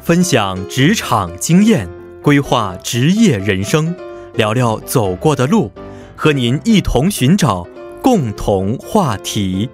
分享职场经验，规划职业人生，聊聊走过的路，和您一同寻找共同话题。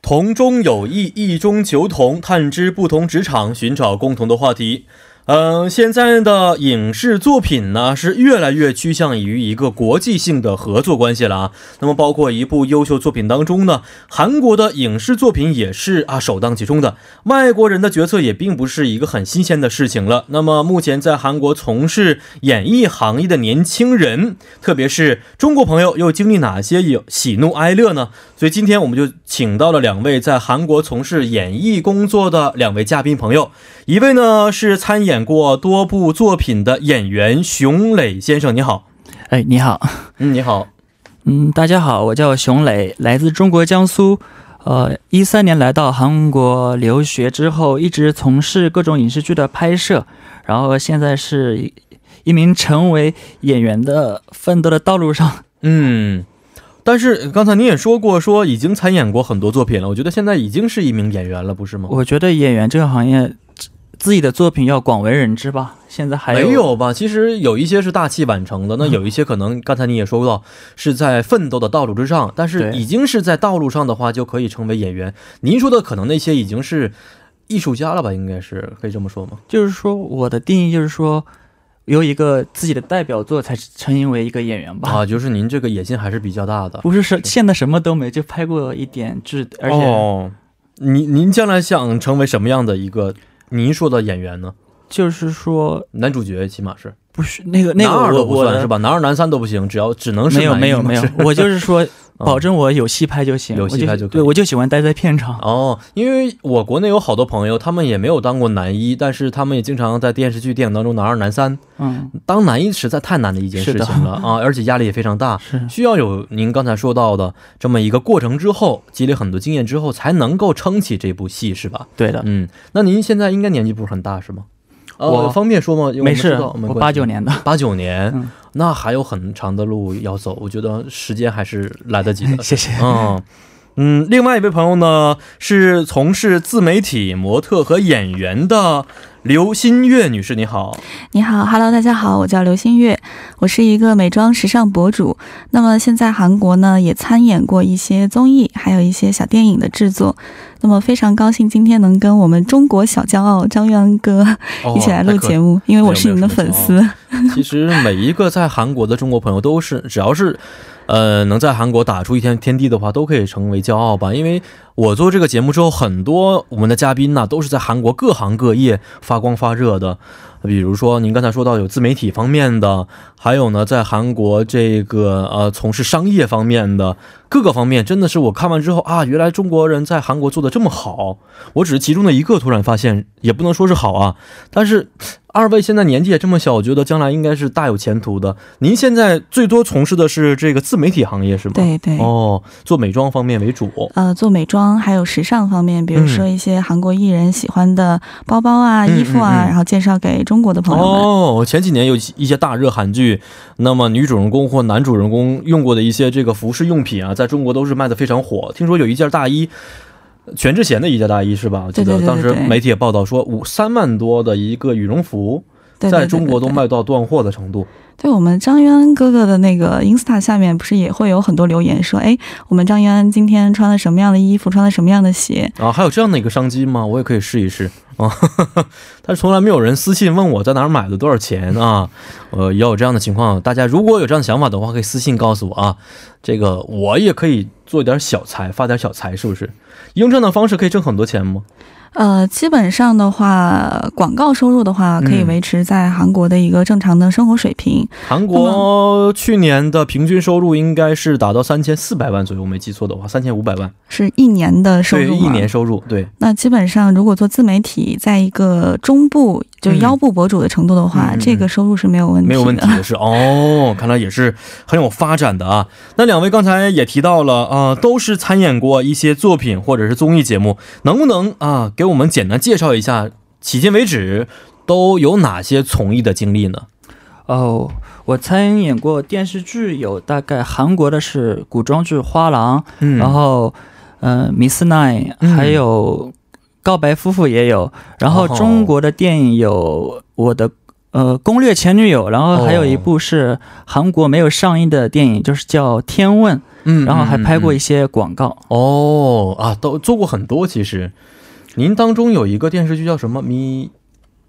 同中有异，异中求同，探知不同职场，寻找共同的话题。嗯、现在的影视作品呢是越来越趋向于一个国际性的合作关系了啊。那么，包括一部优秀作品当中呢，韩国的影视作品也是啊首当其冲的。外国人的角色也并不是一个很新鲜的事情了。那么，目前在韩国从事演艺行业的年轻人，特别是中国朋友，又经历哪些有喜怒哀乐呢？所以今天我们就请到了两位在韩国从事演艺工作的两位嘉宾朋友，一位呢是参演过多部作品的演员熊磊先生，你好。哎，你好，嗯，你好。嗯，大家好，我叫熊磊，来自中国江苏。呃，一三年来到韩国留学之后，一直从事各种影视剧的拍摄，然后现在是一一名成为演员的奋斗的道路上。 嗯，但是刚才您也说过，说已经参演过很多作品了，我觉得现在已经是一名演员了，不是吗？我觉得演员这个行业，自己的作品要广为人知吧。现在还没有嗯吧？其实有一些是大器晚成的，那有一些可能刚才你也说到是在奋斗的道路之上，但是对已经是在道路上的话，就可以成为演员。您说的可能那些已经是艺术家了吧？应该是可以这么说吗？就是说我的定义就是说，有一个自己的代表作才成为一个演员吧。啊，就是您这个野心还是比较大的，不是是现在什么都没，就拍过一点剧，而且、哦，您您将来想成为什么样的一个您说的演员呢？就是说，男主角起码是不是那个那男二个都我不我算的是吧？男二男三都不行，只要只能是没有男一没有嘛没有是，嗯我就 是说保证我有戏拍就行，有我戏就拍就可以对，我就喜欢待在片场。哦，因为我国内有好多朋友，他们也没有当过男一，但是他们也经常在电视剧、电影当中男二、男三。嗯，当男一实在太难的一件事情是 了啊，而且压力也非常大，是需要有您刚才说到的这么一个过程之后，积累很多经验之后，才能够撑起这部戏，是吧？对的，嗯，那您现在应该年纪不是很大，是吗？呃我方便说吗？因为没事，我们知道我八九。年的，八九年、嗯。那还有很长的路要走，我觉得时间还是来得及的 谢谢。嗯嗯，另外一位朋友呢，是从事自媒体模特和演员的刘新月女士，你好。你好，Hello，大家好，我叫刘新月，我是一个美妆时尚博主。那么现在韩国呢也参演过一些综艺，还有一些小电影的制作。那么非常高兴今天能跟我们中国小骄傲张玉安哥哦 一起来录节。目，因为我是你们的粉丝。太可其实每一个在韩国的中国朋友都是，只要是，呃，能在韩国打出一片天地的话，都可以成为骄傲吧。因为我做这个节目之后，很多我们的嘉宾呢、都是在韩国各行各业发光发热的。比如说您刚才说到有自媒体方面的，还有呢，在韩国这个呃从事商业方面的各个方面，真的是我看完之后啊，原来中国人在韩国做的这么好。我只是其中的一个，突然发现也不能说是好啊，但是二位现在年纪也这么小，我觉得将来应该是大有前途的。您现在最多从事的是这个自媒体行业是吗？。 对对。哦，做美妆方面为主。呃，做美妆还有时尚方面，比如说一些韩国艺人喜欢的包包啊、嗯衣服啊、嗯嗯然后介绍给中国的朋友们。哦，前几年有一些大热韩剧，那么女主人公或男主人公用过的一些这个服饰用品啊，在中国都是卖的非常火。听说有一件大衣，全智贤的一件大衣是吧？我记对得对对当时对对媒体也报道说，五三万多的一个羽绒服，对在中国东都对卖到断货的程度。对我们张元安哥哥的那个 Insta 下面不是也会有很多留言说，哎，我们张元安今天穿了什么样的衣服，穿了什么样的鞋？啊，还有这样的一个商机吗？我也可以试一试啊，但是从来没有人私信问我在哪儿买的，多少钱啊？呃，也有这样的情况，大家如果有这样的想法的话，可以私信告诉我啊。这个我也可以做点小财，发点小财，是不是？用这样的方式可以挣很多钱吗？呃，基本上的话，广告收入的话嗯可以维持在韩国的一个正常的生活水平。韩嗯国去年的平均收入应该是达到三千四百万左右，我没记错的话，三千五百万，是一年的收对，入啊一嘛？年收入，对，那基本上，如果做自媒体，在一个中部就嗯腰部博主的程度的话，嗯嗯嗯这个收入是没有问题的。没有问题的是哦，看来也是很有发展的啊。那两位刚才也提到了啊、呃都是参演过一些作品或者是综艺节目，能不能啊、给我们简单介绍一下，迄今为止都有哪些从艺的经历呢？哦，我参演过电视剧有大概韩国的是古装剧《花郎》，嗯，然后呃《Miss Nine 嗯》，还有《告白夫妇》也有，然后哦中国的电影有我的。呃，攻略前女友，然后还有一哦部是韩国没有上映的电影，就是叫《天问》，嗯，然后还拍过嗯一些广告。嗯哦啊，都做过很多。其实，您当中有一个电视剧叫什么咪？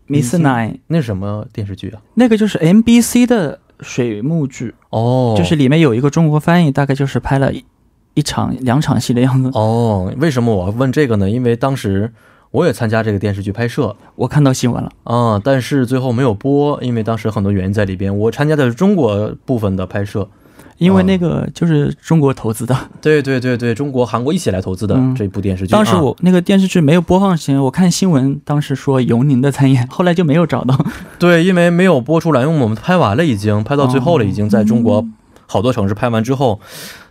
Miss 嗯 Nine 那是什么电视剧啊？那个就是 MBC 的水幕剧，哦，就是里面有一个中国翻译，大概就是拍了一一场两场戏的样子。哦，为什么我要问这个呢？因为当时我也参加这个电视剧拍摄我看到新闻了，啊、但是最后没有播，因为当时很多原因在里边。我参加的是中国部分的拍摄，因哦为那个就是中国投资的，对对对对，中国、韩国一起来投资的嗯这部电视剧。当时啊我那个电视剧没有播放前，我看新闻，当时说尤宁的参演， 后来就没有找到。对，因为没有播出来，因为我们拍完了，已经拍到最后了，已经在中国嗯好多城市拍完之后，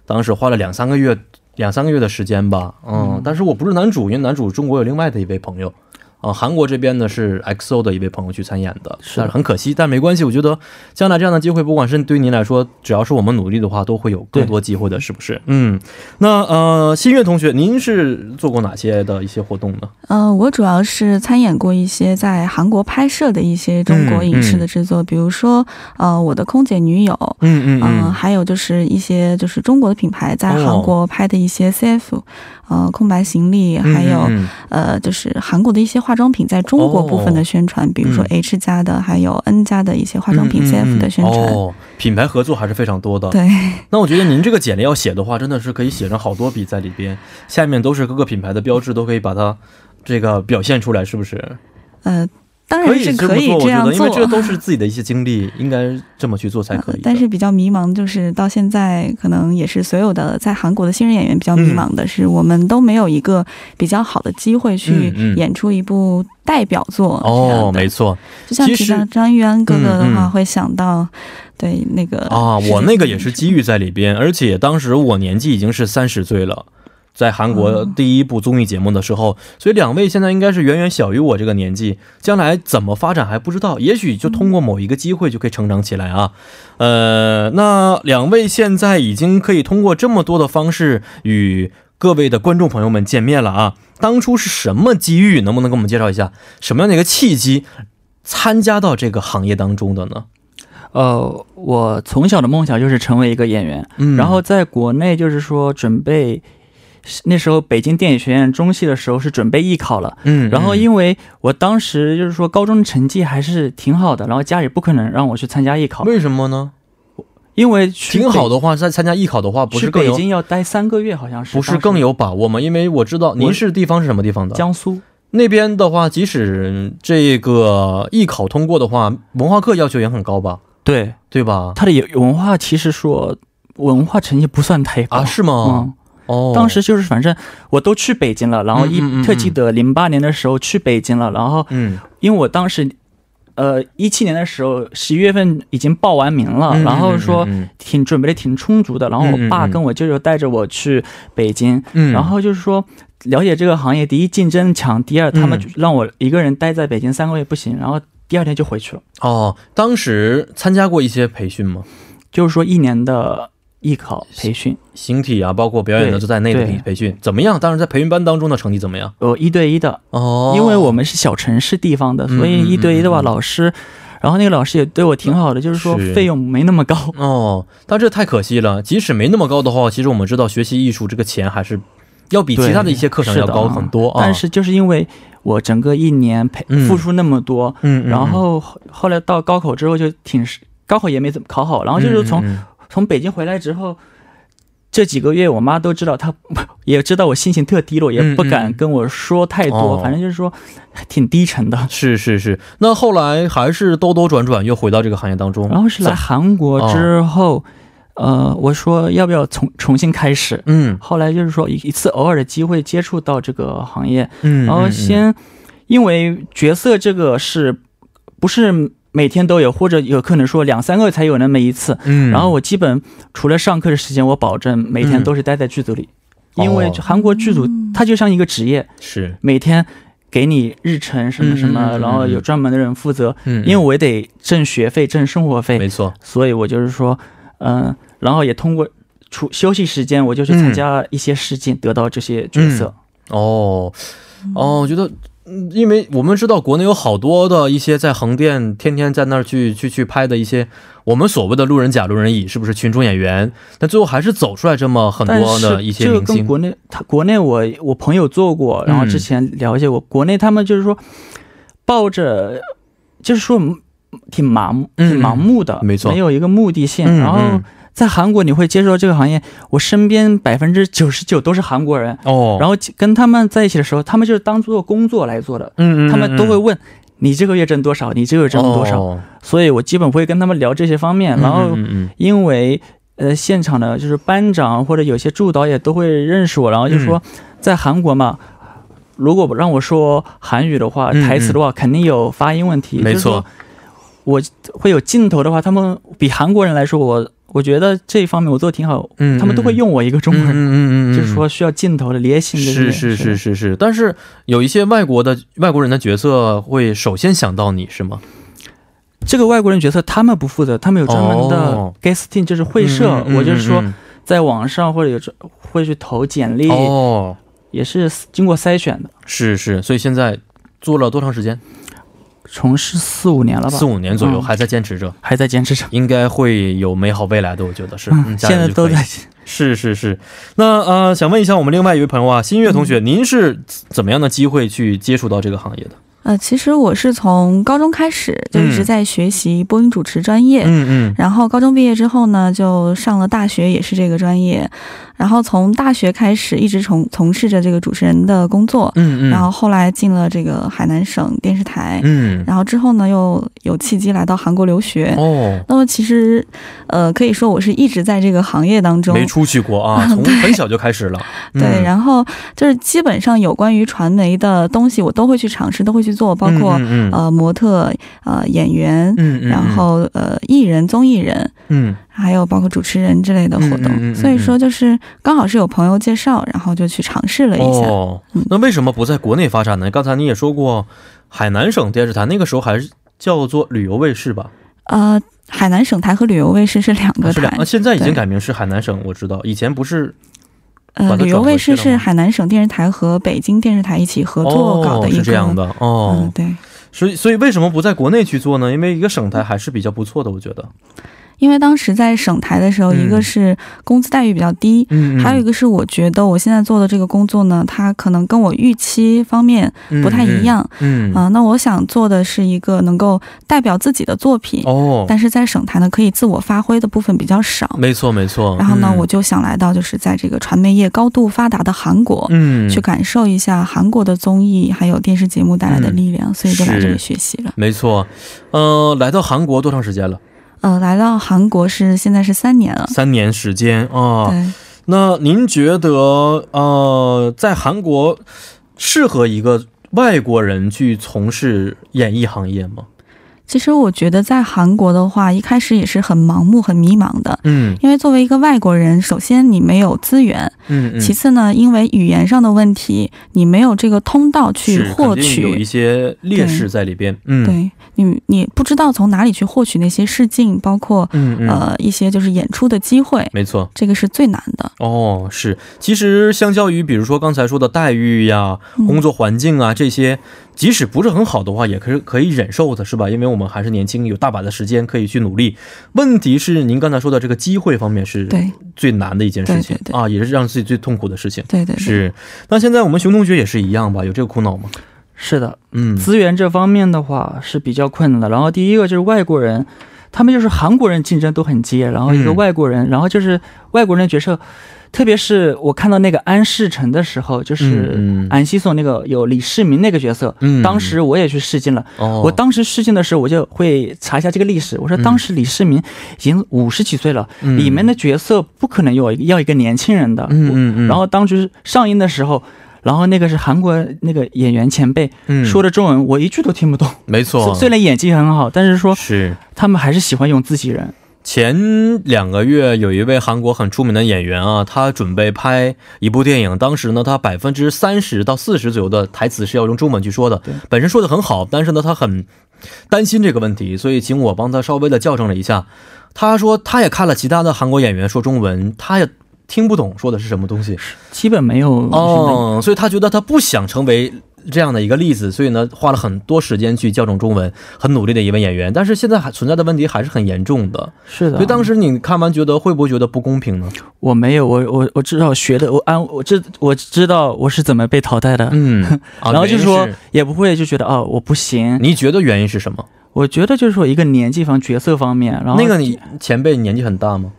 当时花了两三个月，两三个月的时间吧，嗯，但是我不是男主，因为男主中国有另外的一位朋友。啊、韩国这边呢是 XO 的一位朋友去参演的，是的但是很可惜，但没关系，我觉得将来这样的机会，不管是对您来说，只要是我们努力的话，都会有更多机会的，是不是？嗯，那呃，新月同学，您是做过哪些的一些活动呢？ 呃，我主要是参演过一些在韩国拍摄的一些中国影视的制作，比如说呃，我的空姐女友，嗯哦嗯、还有就是一些就是中国的品牌在韩国拍的一些 CF，、呃，空白行李，还有、嗯呃，就是韩国的一些化妆品在中国部分的宣传，比如说嗯 H 家的，还有 N 家的一些化妆品嗯嗯 CF 的宣传。嗯哦，品牌合作还是非常多的。对，那我觉得您这个简历要写的话，真的是可以写上好多笔在里边，下面都是各个品牌的标志，都可以把它这个表现出来，是不是？呃，当然是这可么以做，我这觉样得，因为做，这都是自己的一些经历，应该这么去做才可以呃的。但是比较迷茫，就是到现在可能也是所有的在韩国的新人演员比较嗯迷茫的是，我们都没有一个比较好的机会去嗯嗯演出一部代表作。这样哦，的没错就像其提实到张玉安哥哥的嗯话，嗯会想到对那个啊，世界我那个也是纪机遇在里边，而且当时我年纪已经是三十岁了。在韩国嗯第一部综艺节目的时候，所以两位现在应该是远远小于我这个年纪，将来怎么发展还不知道，也许就通过某一个机会就可以成长起来啊。呃，那两位现在已经可以通过这么多的方式与各位的观众朋友们见面了啊。当初是什么机遇？能不能给我们介绍一下什么样的一个契机参加到这个行业当中的呢？呃，我从小的梦想就是成为一个演员，嗯然后在国内就是说准备，那时候北京电影学院中戏的时候是准备艺考了。嗯，然后嗯因为我当时就是说高中成绩还是挺好的，然后家里不可能让我去参加艺考，为什么呢？因为去挺好的，的话，在参加艺考的话，不去是更北有京要待三个月，好像是不当是时更有把握吗？因为我知道您我是地方是什么地方的，江苏那边的话，即使这个艺考通过的话，文化课要求也很高吧，对对吧？他的有文化，其实说文化成绩不算太高啊，是吗？嗯，哦，当时就是反正我都去北京了，然后一、嗯嗯嗯嗯特记得零八年的时候去北京了，然后嗯，因为我当时，呃，一七年的时候十一月份已经报完名了，嗯啊然后说嗯嗯嗯挺准备的挺充足的，然后我爸嗯嗯嗯跟我舅舅带着我去北京，嗯，然后就是说了解这个行业，第一竞争强，第二他嗯们就让我一个人待在北京三个月不行，然后第二天就回去了，哦，当时参加过一些培训吗？就是说一年的艺考培训，形体啊，包括表演的对都在内的培对培训怎么样？当时在培训班当中的成绩怎么样？呃，一对一的，哦，因为我们是小城市地方的，嗯所以一对一的嗯话，嗯嗯老师，然后那个老师也对我挺好的，就是说是费用没那么高。哦，但这太可惜了。即使没那么高的话，其实我们知道学习艺术这个钱还是要比其他的一些课程对要是的高很多啊。但是就是因为我整个一年赔嗯付出那么多，嗯，嗯，然后后后来到高考之后就挺是高考也没怎么考好，然后就是从、嗯嗯嗯从北京回来之后。这几个月，我妈都知道她， 也知道我心情特低落，也不嗯嗯敢跟我说太多，哦反正就是说挺低沉的。是是是，那后来还是兜兜转转又回到这个行业当中，然后是来怎哦韩国之后，呃，我说要不要重重新开始？嗯后来就是说一一次偶尔的机会接触到这个行业，嗯，然后嗯先因为角色这个是不是每天都有，或者有可能说两三个才有那么一次。嗯，然后我基本除了上课的时间，我保证每天都是待在剧组里，嗯因为哦嗯韩国剧组它就像一个职业，是每天给你日程什么什么，嗯嗯嗯嗯然后有专门的人负责，嗯，因为我也得挣学费、挣生活费，没错，所以我就是说，嗯、然后也通过出休息时间，我就去参加一些事件，得到这些嗯角色。哦，哦，我觉得。嗯因为我们知道国内有好多的一些在横店天天在那儿去去去拍的一些我们所谓的路人甲、路人乙，是不是群众演员？但最后还是走出来这么很但多的是一些这个明跟星。国内，他国内我我朋友做过，然后之前了解过，国内他们就是说抱着，就是说挺盲目嗯挺盲目的，没错没有一个目的性，嗯然后嗯。在韩国，你会接触到这个行业，我身边百分之九十九都是韩国人，哦，然后后跟他们在一起的时候，他们就是当做工作来做的，嗯嗯，他们都会嗯问你这个月挣多少，你这个月挣多少，哦所以我基本会跟他们聊这些方面。然后嗯嗯因为呃现场的就是班长或者有些助导演都会认识我，然后就说嗯在韩国嘛。如果让我说韩语的话，嗯嗯台词的话，肯定有发音问题。嗯没就是错说，会有镜头的话，他们比韩国人来说，我我觉得这一方面我做的挺好，嗯，他们都会嗯用我一个中国嗯人，嗯嗯嗯，嗯就是说需要镜头的连性这些。是是是是是，但是有一些外国的外国人的角色会首先想到你是吗？这个外国人角色他们不负责，他们有专门的哦 casting，就是会社。嗯嗯嗯我就是说嗯，在网上或者有这会去投简历，嗯哦，也是经过筛选的，是是，所以现在做了多长时间？从事四五年了吧，四五年左右，嗯还在坚持着，还在坚持着。应该会有美好未来的，我觉得是。 嗯，加油现在就都可以在 是是是。那呃，想问一下我们另外一位朋友啊，新月同学，您是怎么样的机会去接触到这个行业的？呃，其实我是从高中开始就一直嗯在学习播音主持专业，嗯嗯然后高中毕业之后呢，就上了大学，也是这个专业。然后从大学开始，一直从从事着这个主持人的工作。嗯嗯，然后后来进了这个海南省电视台。嗯然后之后呢，又有契机来到韩国留学。哦。那么其实，呃，可以说我是一直在这个行业当中。没出去过啊，啊从对很小就开始了。对，嗯然后就是基本上有关于传媒的东西，我都会去尝试，都会去做，包括、嗯嗯嗯呃模特、呃演员，嗯，嗯然后呃艺人、综艺人，嗯还有包括主持人之类的活动。嗯嗯嗯嗯嗯所以说，就是刚好是有朋友介绍，然后就去尝试了一下。哦嗯，那为什么不在国内发展呢？刚才你也说过，海南省电视台那个时候还是叫做旅游卫视吧？呃，海南省台和旅游卫视是两个是台两，啊，，现在已经对改名是海南省，我知道，以前不是把呃，它旅游卫视转回去了是吗海南省电视台和北京电视台一起合作搞哦的一个。是这样的嗯哦，，对，所以所以为什么不在国内去做呢？因为一个省台还是比较不错的，我觉得。因为当时在省台的时候，嗯一个是工资待遇比较低，嗯还有一个是我觉得我现在做的这个工作呢，它可能跟我预期方面个不太一，样嗯，啊、那我想做的是一个能够代表自己的作品，哦，呃但是在省台呢，可以自我发挥的部分比较少。没错没错。然后呢，嗯我就想来到就是在这个传媒业高度发达的韩国，嗯去感受一下韩国的综艺还有电视节目带来的力量，所以就来这里嗯是学习了。没错，呃，来到韩国多长时间了？呃，来到韩国是现在是三年了，三年时间啊。哦对。那您觉得，呃，在韩国适合一个外国人去从事演艺行业吗？其实我觉得在韩国的话，一开始也是很盲目、很迷茫的。嗯因为作为一个外国人，首先你没有资源，嗯嗯，其次呢，因为语言上的问题，你没有这个通道去是获肯定有一取，些劣势在里边。嗯，，对你，你不知道从哪里去获取那些试镜，包括、嗯嗯，呃一些就是演出的机会，没错。这个是最难的。哦，是，其实相较于比如说刚才说的待遇呀、嗯工作环境啊这些，即使不是很好的话，也可以可以忍受的，是吧？因为我们还是年轻，有大把的时间可以去努力。问题是您刚才说的这个机会方面是对最难的一件事情对对对啊，也是让自己最痛苦的事情。对对对，是，那现在我们熊同学也是一样吧？有这个苦恼吗？是的，嗯资源这方面的话是比较困难的。然后第一个就是外国人，他们就是韩国人竞争都很激烈，然后一个嗯外国人，然后就是外国人的角色，特别是我看到那个安世成的时候，就是嗯嗯安熙颂那个有李世民那个角色，嗯当时我也去试镜了。哦，我当时试镜的时候，我就会查一下这个历史。我说嗯当时李世民已经五十几岁了，嗯里面的角色不可能有一个要一个年轻人的。嗯嗯嗯，然后当时上映的时候，然后那个是韩国那个演员前辈嗯说的中文，我一句都听不懂。没错，虽虽然演技很好，但是说是他们还是喜欢用自己人。前两个月有一位韩国很出名的演员啊，他准备拍一部电影，当时呢，他百分之三十到四十左右的台词是要用中文去说的对，本身说的很好，但是呢，他很担心这个问题，所以请我帮他稍微的校正了一下。他说他也看了其他的韩国演员说中文，他也听不懂说的是什么东西，基本没有哦，所以他觉得他不想成为这样的一个例子，所以呢，花了很多时间去校正中文，很努力的一位演员。但是现在还存在的问题还是很严重的。是的所以，当时你看完觉得会不会觉得不公平 呢？我没有，我我我知道学的，我按我知我知道我是怎么被淘汰的，嗯，啊 然后就原说因是也不会就觉得哦我不行，你觉得原因是什么？我觉得就是说一个年纪方角色方面，然后那个你前辈年纪很大吗？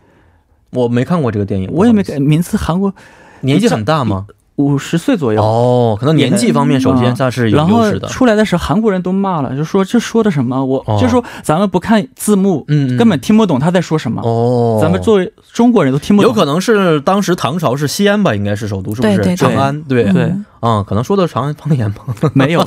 我没看过这个电影，我也没不好意看，名字韩国思年纪很大吗？五十岁左右。嗯哦，可能年纪方面首先它是有然优后势的。出来的时候，韩国人都骂了，就说这说的什么？我、哦就说咱们不看字幕，嗯，嗯根本听不懂他在说什么。哦，咱们作为中国人都听不懂。有可能是当时唐朝是西安吧，应该是首都，是不是？对对对长安对对嗯嗯，可能啊说的长安方言吧， 没有，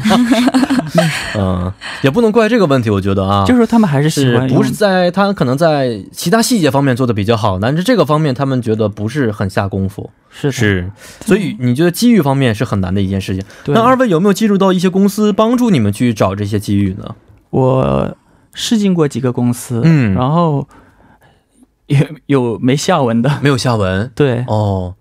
嗯，也不能怪这个问题，我觉得啊，就是他们还是喜是欢用不是在他可能在其他细节方面做的比较好，但是这个方面他们觉得不是很下功夫，是的，是，所以你觉得机遇方面是很难的一件事情。对那二位有没有进入到一些公司帮助你们去找这些机遇呢？我试进过几个公司，嗯然后有有没下文的，没有下文对，哦。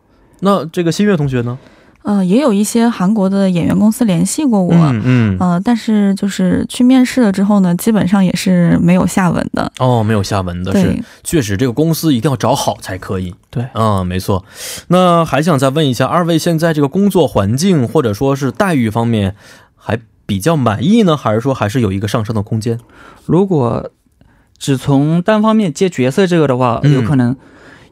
那这个新月同学呢？呃，也有一些韩国的演员公司联系过我，嗯嗯呃，但是就是去面试了之后呢，基本上也是没有下文的。哦，没有下文的是对，确实，这个公司一定要找好才可以。对嗯，没错。那还想再问一下，二位现在这个工作环境或者说是待遇方面，还比较满意呢，还是说还是有一个上升的空间？如果只从单方面接角色这个的话，嗯有可能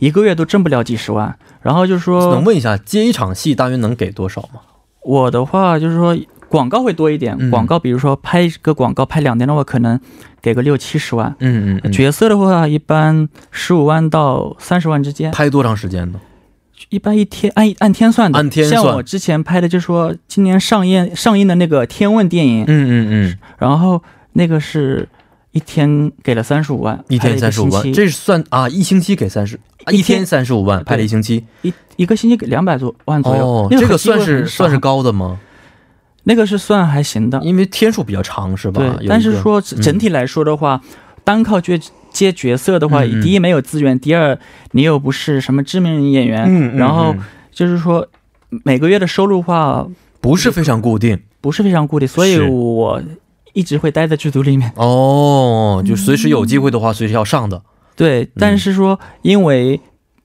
一个月都挣不了几十万。然后就是能说问一下，接一场戏大约能给多少吗？我的话，就是说广告会多一点，嗯广告比如说拍一个广告拍两年的话，可能给个六七十万。嗯嗯嗯。角色的话，一般十五万到三十万之间，拍多长时间呢？一般一天按按天算的。按天算像我之前拍的，就是说今年上映上映的那个《天问》电影，嗯嗯嗯，然后那个是一天给了三十五万，一拍天了个三十五万，星期这是算啊，一星期给三十，啊一一天天三十五万，拍了一星期。一一个星期给两百多万左右，哦，那这个个很机会算很是少算是高的吗？那个是算还行的，因为天数比较长是吧？对有一。但是个说嗯整体来说的话，单靠接接角色的话，嗯嗯第一没有资源，第二你又不是什么知名演员，嗯，嗯然后嗯就是说每个月的收入的话不是非常固定。不是非常固定，所以是我一直会待在剧组里面。 哦，就随时有机会的话，随时要上的。对，嗯但是说因为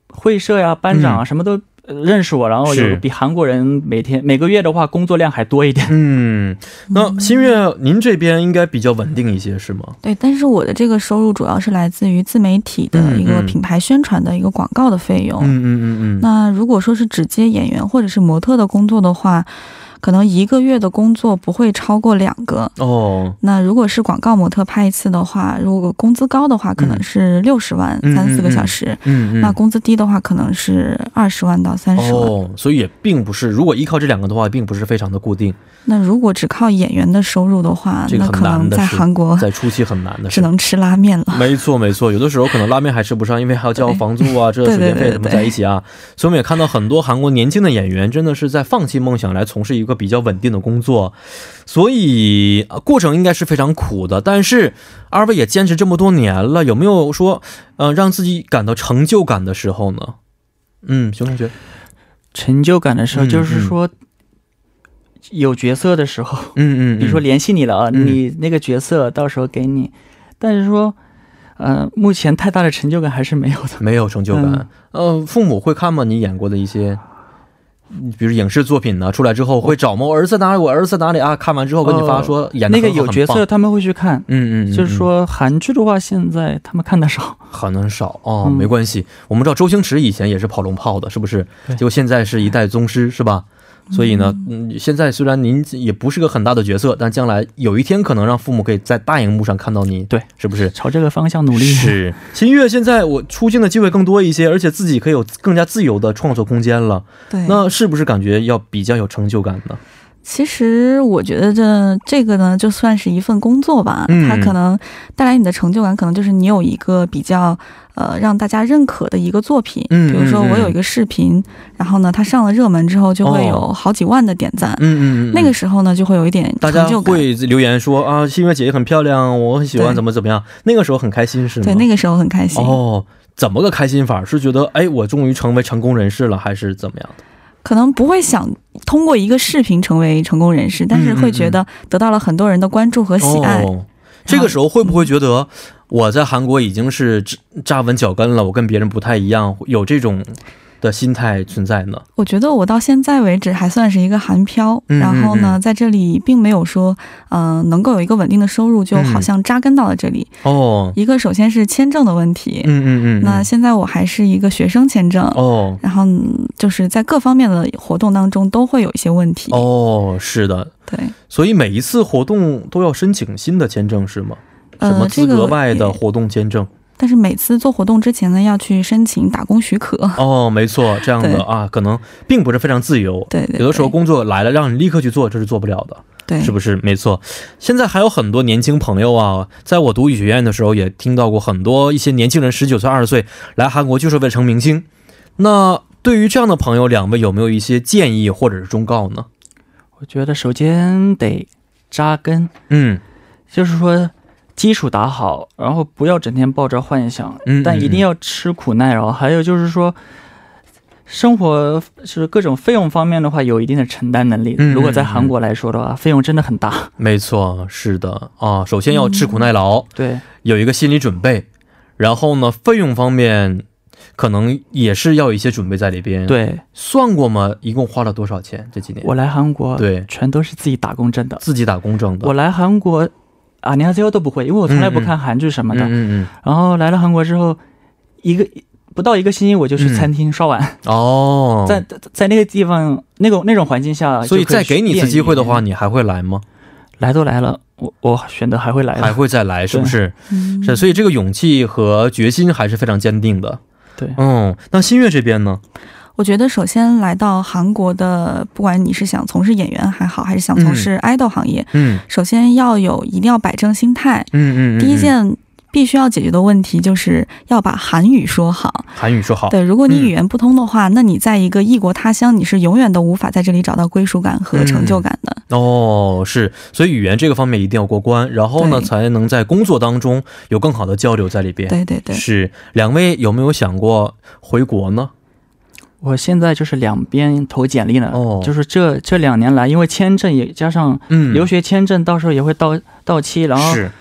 会社呀、班长啊、什么都。呃认识我，然嗯后是有比韩国人每天每个月的话工作量还多一点。嗯，那新月，您这边应该比较稳定一些，是吗？对，但是我的这个收入主要是来自于自媒体的嗯一个嗯品牌宣传的一个广告的费用。嗯嗯嗯嗯，那如果说是只接演员或者是模特的工作的话，可能一个月的工作不会超过两个。嗯哦，那如果是广告模特拍一次的话，如果工资高的话，可能是六十万嗯三四个小时；嗯嗯，那工资低的话，可能是二十万到三十万。哦，所以也并不是，如果依靠这两个的话，并不是非常的固定，那如果只靠演员的收入的话，这个很那可能难的在事韩国在初期很难的只是。能吃拉面了。 没错，没错，有的时候可能拉面还吃不上，因为还要交房租啊，这对水电费对对什么对在一起啊。所以我们也看到很多韩国年轻的演员真的是在放弃梦想来从事一个比较稳定的工作，所以呃过程应该是非常苦的。但是二位也坚持这么多年了，有没有说呃让自己感到成就感的时候呢？嗯，熊同学，成就感的时候，嗯就是说、有角色的时候， 嗯嗯，比如说联系你了啊，嗯你那个角色到时候给你，但是说，呃，目前太大的成就感还是没有的。没有成就感，呃，父母会看吗？你演过的一些。嗯比如影视作品呢，出来之后会找吗？我儿子哪里？我儿子哪里啊？看完之后跟你发说演的那个有角色他们会去看，嗯嗯，嗯就是说韩剧的话，现在他们看的少。很少哦，嗯没关系。我们知道周星驰以前也是跑龙套的，是不是？对结果现在是一代宗师，是吧？所以呢，嗯，现在虽然您也不是个很大的角色，但将来有一天可能让父母可以在大荧幕上看到你，对，是不是？朝这个方向努力。是新月，现在我出镜的机会更多一些，而且自己可以有更加自由的创作空间了。对，那是不是感觉要比较有成就感呢？其实我觉得这这个呢，就算是一份工作吧。嗯它可能带来你的成就感，可能就是你有一个比较呃让大家认可的一个作品。嗯比如说嗯嗯我有一个视频，然后呢，它上了热门之后，就会有哦好几万的点赞。嗯嗯嗯，那个时候呢，就会有一点大成家就感。会留言说啊，新月姐姐很漂亮，我很喜欢，对怎么怎么样？那个时候很开心是吗？对，那个时候很开心。哦，怎么个开心法？是觉得哎，我终于成为成功人士了，还是怎么样的？可能不会想通过一个视频成为成功人士，但是会觉得得到了很多人的关注和喜爱。嗯哦，这个时候会不会觉得我在韩国已经是扎扎稳脚跟了，我跟别人不太一样，有这种的心态存在呢？我觉得我到现在为止还算是一个韩漂，嗯然后嗯呢，在这里并没有说，呃，能够有一个稳定的收入，就好像扎根到了这里。哦，一个首先是签证的问题，嗯嗯嗯，那嗯现在我还是一个学生签证，哦然后嗯就是在各方面的活动当中都会有一些问题。哦，是的，对，所以每一次活动都要申请新的签证是吗？什么呃，资这格个外的也活动签证？但是每次做活动之前呢，要去申请打工许可。哦，没错，这样对的啊，可能并不是非常自由。 对对，有的时候对工作来了，让你立刻去做，这是做不了的。对是不是？没错，现在还有很多年轻朋友啊，在我读语学院的时候，也听到过很多一些年轻人十九岁、二十岁来韩国就是为了成明星。那对于这样的朋友，两位有没有一些建议或者是忠告呢？我觉得首先得扎根，嗯就是说基础打好，然后不要整天抱着幻想，嗯，但一定要吃苦耐劳。还有就是说，生活就是各种费用方面的话，有一定的承担能力。嗯嗯如果在韩国来说的话，费用真的很大。嗯没错，是的啊。首先要吃苦耐劳，对，有一个心理准备，然后呢，费用方面可能也是要有一些准备在里边。，对算过吗？一共花了多少钱？这几年我来韩国，对全都是自己打工挣的。自己打工挣的。我来韩国，啊，连 Z 都不会，因为我从来不看韩剧什么嗯的。嗯然后来了韩国之后，一个不到一个星期，我就去餐厅刷碗。嗯，哦，在在那个地方，那种那种环境下，所以就可再给你一次机会的话，练语言，你还会来吗？来都来了，我我选择还会来的，还会再来，是不是？嗯是，所以这个勇气和决心还是非常坚定的。对嗯，那新月这边呢？我觉得首先来到韩国的，不管你是想从事演员还好，还是想从事 idol 行业，嗯首先要有一定要摆正心态。嗯嗯嗯，第一嗯件必须要解决的问题就是要把韩语说好。韩语说好，对，如果你嗯语言不通的话，那你在一个异国他乡，你是永远都无法在这里找到归属感和成就感的。哦，是，所以语言这个方面一定要过关，然后呢，对才能在工作当中有更好的交流在里边。对对对，是，两位有没有想过回国呢？我现在就是两边投简历呢，哦就是这这两年来，因为签证也加上嗯留学签证，到时候也会到到期，然后是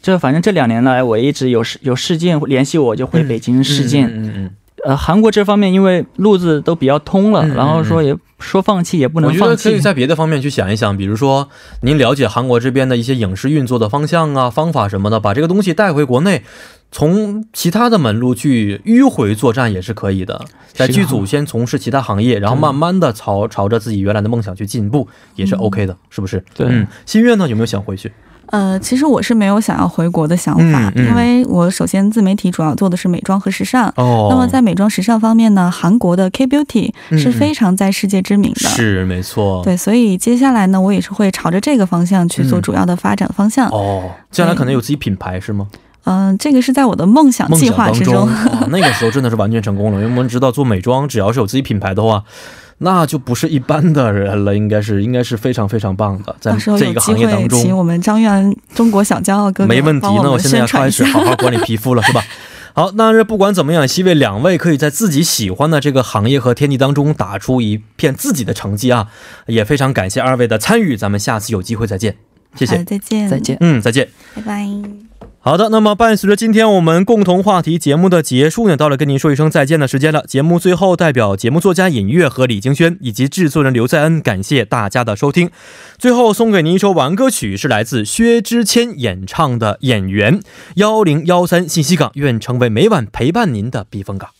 这反正这两年来，我一直有事有事件联系我，就回北京事件。嗯嗯嗯呃，韩国这方面因为路子都比较通了，嗯嗯然后说也说放弃也不嗯，我能觉得放可以弃。在别的方面去想一想，比如说您了解韩国这边的一些影视运作的方向啊、方法什么的，把这个东西带回国内，从其他的门路去迂回作战也是可以的。在是剧啊组先从事其他行业，然后对慢慢的朝朝着自己原来的梦想去进步，也是 OK 的，是不是？对嗯，新月呢有没有想回去？呃，其实我是没有想要回国的想法，嗯嗯因为我首先自媒体主要做的是美妆和时尚。哦那么在美妆时尚方面呢，韩国的 K Beauty 嗯是非常在世界知名的。是没错，对，所以接下来呢，我也是会朝着这个方向去做嗯主要的发展方向。哦，将来可能有自己品牌是吗？嗯、这个是在我的梦想梦啊计想划当之 中，哇那个时候真的是完全成功了，因为我们知道做美妆，只要是有自己品牌的话，那就不是一般的人了，应该是应该是非常非常棒的，在到时候这有一个机行业当会请中，我们张元中国小骄傲哥哥没问题。帮那我我们现在宣要传开一始下。 好好管理皮肤了，是吧？好，那是不管怎么样，希望两位可以在自己喜欢的这个行业和天地当中打出一片自己的成绩啊！也非常感谢二位的参与，咱们下次有机会再见，谢好谢。再见，再，见。嗯，再见。拜拜。好的，那么伴随着今天我们共同话题节目的结束呢，到了跟您说一声再见的时间了。节目最后，代表节目作家尹月和李京轩以及制作人刘在恩，感谢大家的收听。最后送给您一首晚安歌曲，是来自薛之谦演唱的《演员》，幺零幺三信息港，愿成为每晚陪伴您的避风港。